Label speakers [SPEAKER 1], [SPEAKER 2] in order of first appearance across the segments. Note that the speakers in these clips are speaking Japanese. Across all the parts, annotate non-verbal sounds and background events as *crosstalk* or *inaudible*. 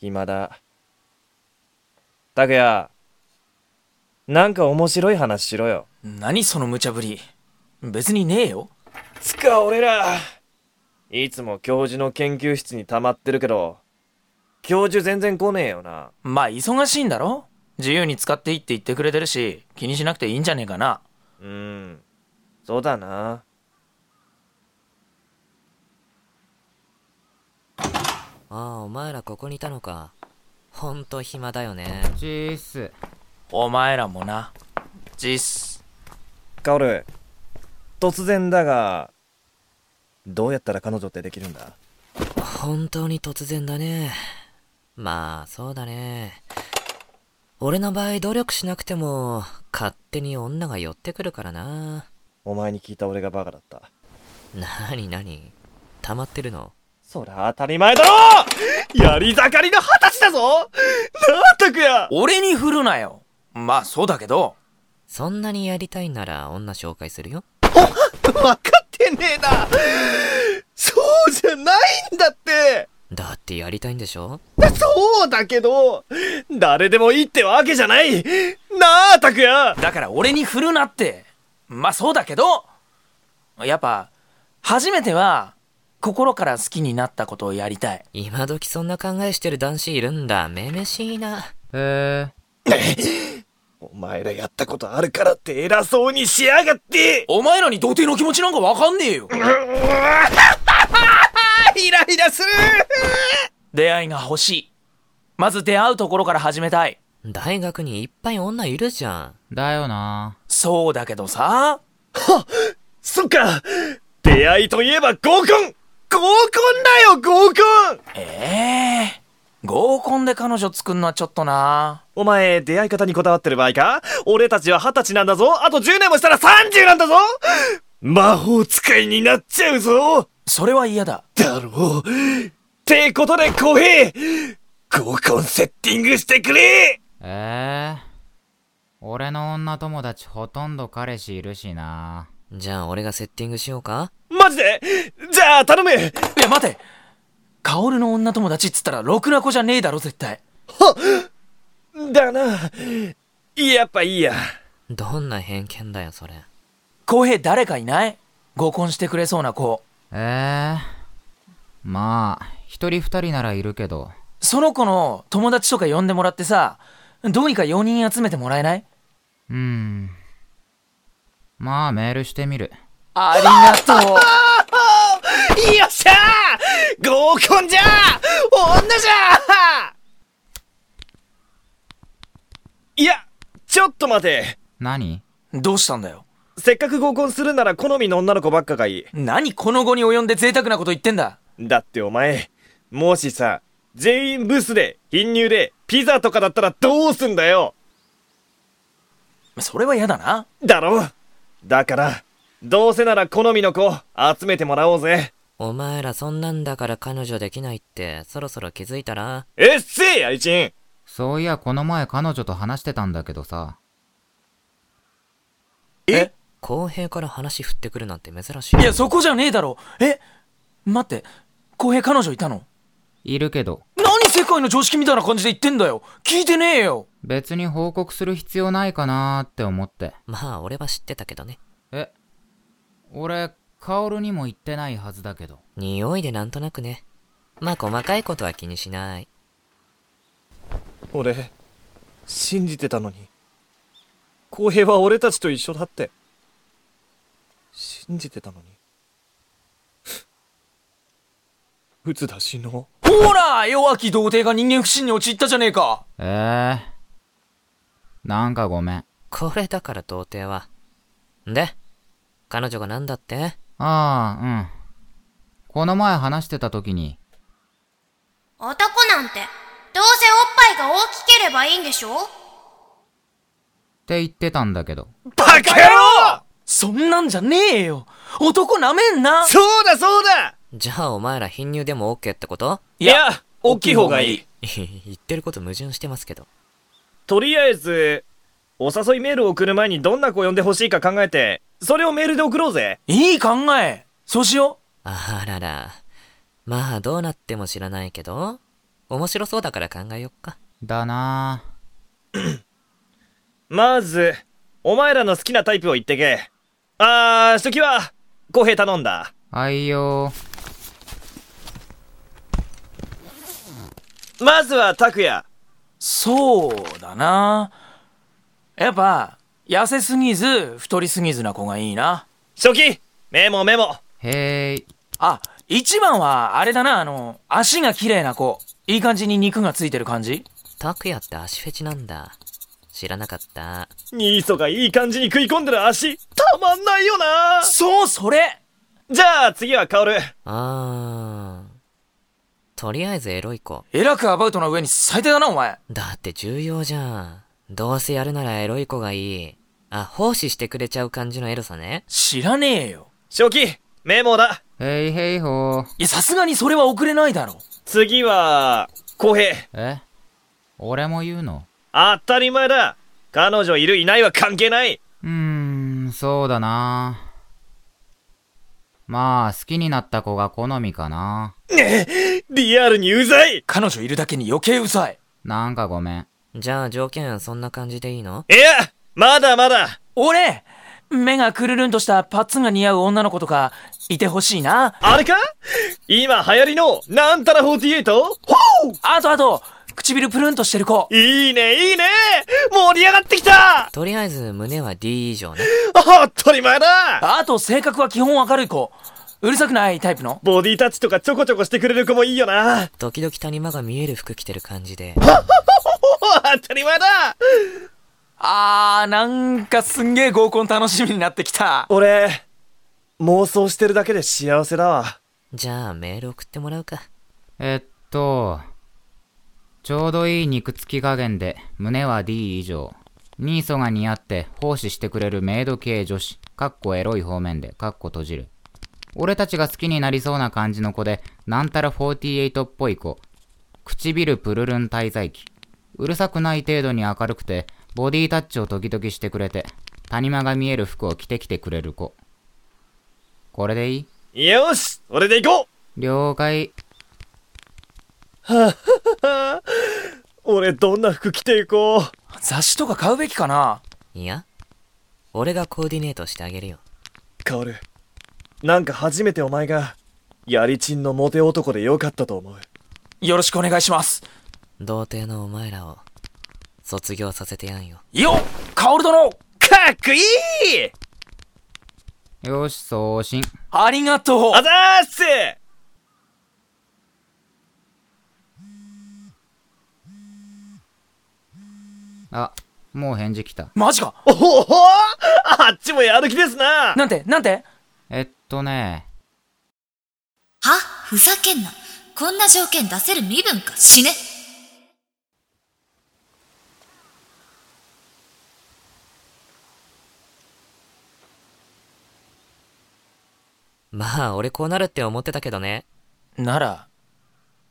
[SPEAKER 1] 暇だ。拓也、なんか面白い話しろよ。
[SPEAKER 2] 何その無茶ぶり。別にねえよ。
[SPEAKER 1] つか俺ら、いつも教授の研究室に溜まってるけど、教授全然来ねえよな。
[SPEAKER 2] まあ忙しいんだろ自由に使っていいって言ってくれてるし、気にしなくていいんじゃねえかな。
[SPEAKER 1] うん、そうだな。
[SPEAKER 3] ああ、お前らここにいたのか。ほんと暇だよね。
[SPEAKER 4] チース。
[SPEAKER 2] お前らもな。実、
[SPEAKER 1] カオル、突然だが、どうやったら彼女ってできるんだ
[SPEAKER 3] 本当に突然だね。まあ、そうだね。俺の場合努力しなくても、勝手に女が寄ってくるからな。
[SPEAKER 1] お前に聞いた俺がバカだった。
[SPEAKER 3] なになに溜まってるの
[SPEAKER 1] そりゃ当たり前だろやり盛りの二十歳だぞなあ、拓也
[SPEAKER 2] 俺に振るなよ。まあそうだけど。
[SPEAKER 3] そんなにやりたいなら女紹介するよ。
[SPEAKER 1] 分かってねえなそうじゃないんだって
[SPEAKER 3] だってやりたいんでしょ
[SPEAKER 1] そうだけど誰でもいいってわけじゃないなあ、拓也
[SPEAKER 2] だから俺に振るなって。まあそうだけど。やっぱ、初めては、心から好きになったことをやりたい。
[SPEAKER 3] 今時そんな考えしてる男子いるんだ。めめしいな。
[SPEAKER 4] へえ。
[SPEAKER 1] お前らやったことあるからって偉そうにしやがって
[SPEAKER 2] お前らに童貞の気持ちなんかわかんねえよ。
[SPEAKER 1] イライラする
[SPEAKER 2] 出会いが欲しい。まず出会うところから始めたい。
[SPEAKER 3] 大学にいっぱい女いるじゃん。
[SPEAKER 4] だよな。
[SPEAKER 2] そうだけどさ。
[SPEAKER 1] そっか出会いといえば合コン合コンだよ合コン
[SPEAKER 2] ええ合コンで彼女作んのはちょっとな。
[SPEAKER 1] お前、出会い方にこだわってる場合か俺たちは二十歳なんだぞあと10年もしたら30なんだぞ魔法使いになっちゃうぞ
[SPEAKER 2] それは嫌だ。
[SPEAKER 1] だろうってことで、公平合コンセッティングしてくれ
[SPEAKER 4] ええ。俺の女友達ほとんど彼氏いるしな。
[SPEAKER 3] じゃあ俺がセッティングしようか
[SPEAKER 1] マジでじゃあ頼む
[SPEAKER 2] いや、待てカオルの女友達っつったら、ろくな子じゃねえだろ、絶対。
[SPEAKER 1] だな。やっぱいいや。
[SPEAKER 3] どんな偏見だよ、それ。
[SPEAKER 2] 公平誰かいない合コンしてくれそうな子。
[SPEAKER 4] ええ。まあ、一人二人ならいるけど。
[SPEAKER 2] その子の友達とか呼んでもらってさ、どうにか4人集めてもらえない
[SPEAKER 4] うん。まあ、メールしてみる。
[SPEAKER 2] ありがとう。
[SPEAKER 1] よっしゃー合コンじゃ女じゃいや、ちょっと待て。
[SPEAKER 4] 何
[SPEAKER 2] どうしたんだよ。
[SPEAKER 1] せっかく合コンするなら好みの女の子ばっかがいい。
[SPEAKER 2] 何この後に及んで贅沢なこと言ってんだ。
[SPEAKER 1] だってお前、もしさ、全員ブスで、貧乳で、ピザとかだったらどうすんだよ
[SPEAKER 2] それは嫌だな。
[SPEAKER 1] だろだから、どうせなら好みの子、集めてもらおうぜ。
[SPEAKER 3] お前らそんなんだから彼女できないって、そろそろ気づいたら
[SPEAKER 1] えっせえや、一員
[SPEAKER 4] そういや、この前彼女と話してたんだけどさ。
[SPEAKER 2] え
[SPEAKER 3] 公平から話振ってくるなんて珍しい。
[SPEAKER 2] いや、そこじゃねえだろ。え待って、公平彼女いたの
[SPEAKER 4] いるけど、
[SPEAKER 2] 何世界の常識みたいな感じで言ってんだよ聞いてねえよ
[SPEAKER 4] 別に報告する必要ないかなーって思って。
[SPEAKER 3] まあ、俺は知ってたけどね。
[SPEAKER 4] え、俺、カオルにも言ってないはずだけど。
[SPEAKER 3] 匂いでなんとなくね。まあ、細かいことは気にしない。
[SPEAKER 1] 俺、信じてたのに。公平は俺たちと一緒だって。信じてたのに。うつだ死のう。
[SPEAKER 2] ほら弱き童貞が人間不信に陥ったじゃねえか
[SPEAKER 4] ええなんかごめん。
[SPEAKER 3] これだから童貞は。んで彼女がなんだって
[SPEAKER 4] ああ、うん。この前話してた時に、
[SPEAKER 5] 男なんて、どうせおっぱいが大きければいいんでしょ
[SPEAKER 4] って言ってたんだけど。
[SPEAKER 1] バカ野郎
[SPEAKER 2] そんなんじゃねえよ男なめんな
[SPEAKER 1] そうだそうだ
[SPEAKER 3] じゃあお前ら貧乳でも OK ってこと *laughs*
[SPEAKER 1] いや、大きい方がいい。
[SPEAKER 3] 言ってること矛盾してますけど。
[SPEAKER 1] とりあえず、お誘いメールを送る前にどんな子呼んでほしいか考えて、それをメールで送ろうぜ。
[SPEAKER 2] いい考えそうしよ
[SPEAKER 3] あらら。まあ、どうなっても知らないけど、面白そうだから考えよっか。
[SPEAKER 4] だな
[SPEAKER 1] まず、お前らの好きなタイプを言ってけ。あー、初期は、公平頼んだ。
[SPEAKER 4] あ。あいよ。
[SPEAKER 1] まずは、拓也。
[SPEAKER 2] そうだなやっぱ痩せすぎず太りすぎずな子がいいな
[SPEAKER 1] 初期メモメモ。
[SPEAKER 4] へい。
[SPEAKER 2] あ一番はあれだなあの足が綺麗な子いい感じに肉がついてる感じ
[SPEAKER 3] 拓也って足フェチなんだ。知らなかった。
[SPEAKER 1] ニーソがいい感じに食い込んでる足、たまんないよな
[SPEAKER 2] そうそれ
[SPEAKER 1] じゃあ次はカオル。
[SPEAKER 3] あー。とりあえずエロい子。
[SPEAKER 2] えらくアバウトの上に最低だなお前
[SPEAKER 3] だって重要じゃん。どうせやるならエロい子がいい。あ、奉仕してくれちゃう感じのエロさね。
[SPEAKER 2] 知らねえよ
[SPEAKER 1] 初期メモだ。
[SPEAKER 4] へいへいほー。
[SPEAKER 2] いやさすがにそれは遅れないだろ
[SPEAKER 1] 次は、公平。
[SPEAKER 4] え俺も言うの
[SPEAKER 1] 当たり前だ。彼女いるいないは関係ない。
[SPEAKER 4] うーん、そうだなまあ、好きになった子が好みかな。
[SPEAKER 1] リアルにうざい
[SPEAKER 2] 彼女いるだけに余計うざい
[SPEAKER 4] なんかごめん。
[SPEAKER 3] じゃあ条件そんな感じでいいの
[SPEAKER 1] いや、まだまだ。
[SPEAKER 2] 俺目がくるるんとしたパッツンが似合う女の子とかいてほしいな
[SPEAKER 1] あれか今流行りの、なんたら 48? ほう
[SPEAKER 2] あとあと唇プルンとしてる子
[SPEAKER 1] いいね、いいね盛り上がってきた
[SPEAKER 3] とりあえず胸は D 以上ね。
[SPEAKER 1] 当たり前だ
[SPEAKER 2] あと性格は基本明るい子うるさくないタイプの
[SPEAKER 1] ボディタッチとかちょこちょこしてくれる子もいいよな
[SPEAKER 3] 時々谷間が見える服着てる感じで。
[SPEAKER 1] お当たり前だ
[SPEAKER 2] あーなんかすんげえ合コン楽しみになってきた
[SPEAKER 1] 俺、妄想してるだけで幸せだわ。
[SPEAKER 3] じゃあメール送ってもらうか。
[SPEAKER 4] えっと、ちょうどいい肉付き加減で、胸は D 以上。ニーソが似合って、奉仕してくれるメイド系女子。かっこエロい方面で、かっこ閉じる。俺たちが好きになりそうな感じの子で、なんたら48っぽい子。唇プルルン滞在期。うるさくない程度に明るくて、ボディタッチを時々してくれて、谷間が見える服を着てきてくれる子。これでいい
[SPEAKER 1] よし俺で行こ
[SPEAKER 4] 了
[SPEAKER 1] う
[SPEAKER 4] 解。
[SPEAKER 1] 俺どんな服着ていこう
[SPEAKER 2] 雑誌とか買うべきかない
[SPEAKER 3] や俺がコーディネートしてあげるよ。
[SPEAKER 1] カオル、なんか初めてお前が、やりちんのモテ男でよかったと思う。
[SPEAKER 2] よろしくお願いします
[SPEAKER 3] 童貞のお前らを卒業させてやんよ。
[SPEAKER 2] よっカオル殿
[SPEAKER 1] かっこいい
[SPEAKER 4] よし、送信。
[SPEAKER 2] ありがとう
[SPEAKER 1] あざーっす
[SPEAKER 4] あ、もう返事来た。
[SPEAKER 2] マジか
[SPEAKER 1] おほほあっちもやる気ですな
[SPEAKER 2] なんてなんて
[SPEAKER 4] えっとね、
[SPEAKER 5] はふざけんな。こんな条件出せる身分か死ね。
[SPEAKER 3] まあ俺こうなるって思ってたけどね。
[SPEAKER 2] なら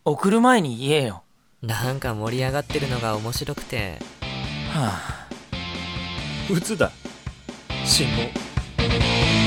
[SPEAKER 2] 送る前に言えよ
[SPEAKER 3] なんか盛り上がってるのが面白くて。
[SPEAKER 2] はあ
[SPEAKER 1] うつだ。
[SPEAKER 2] 信号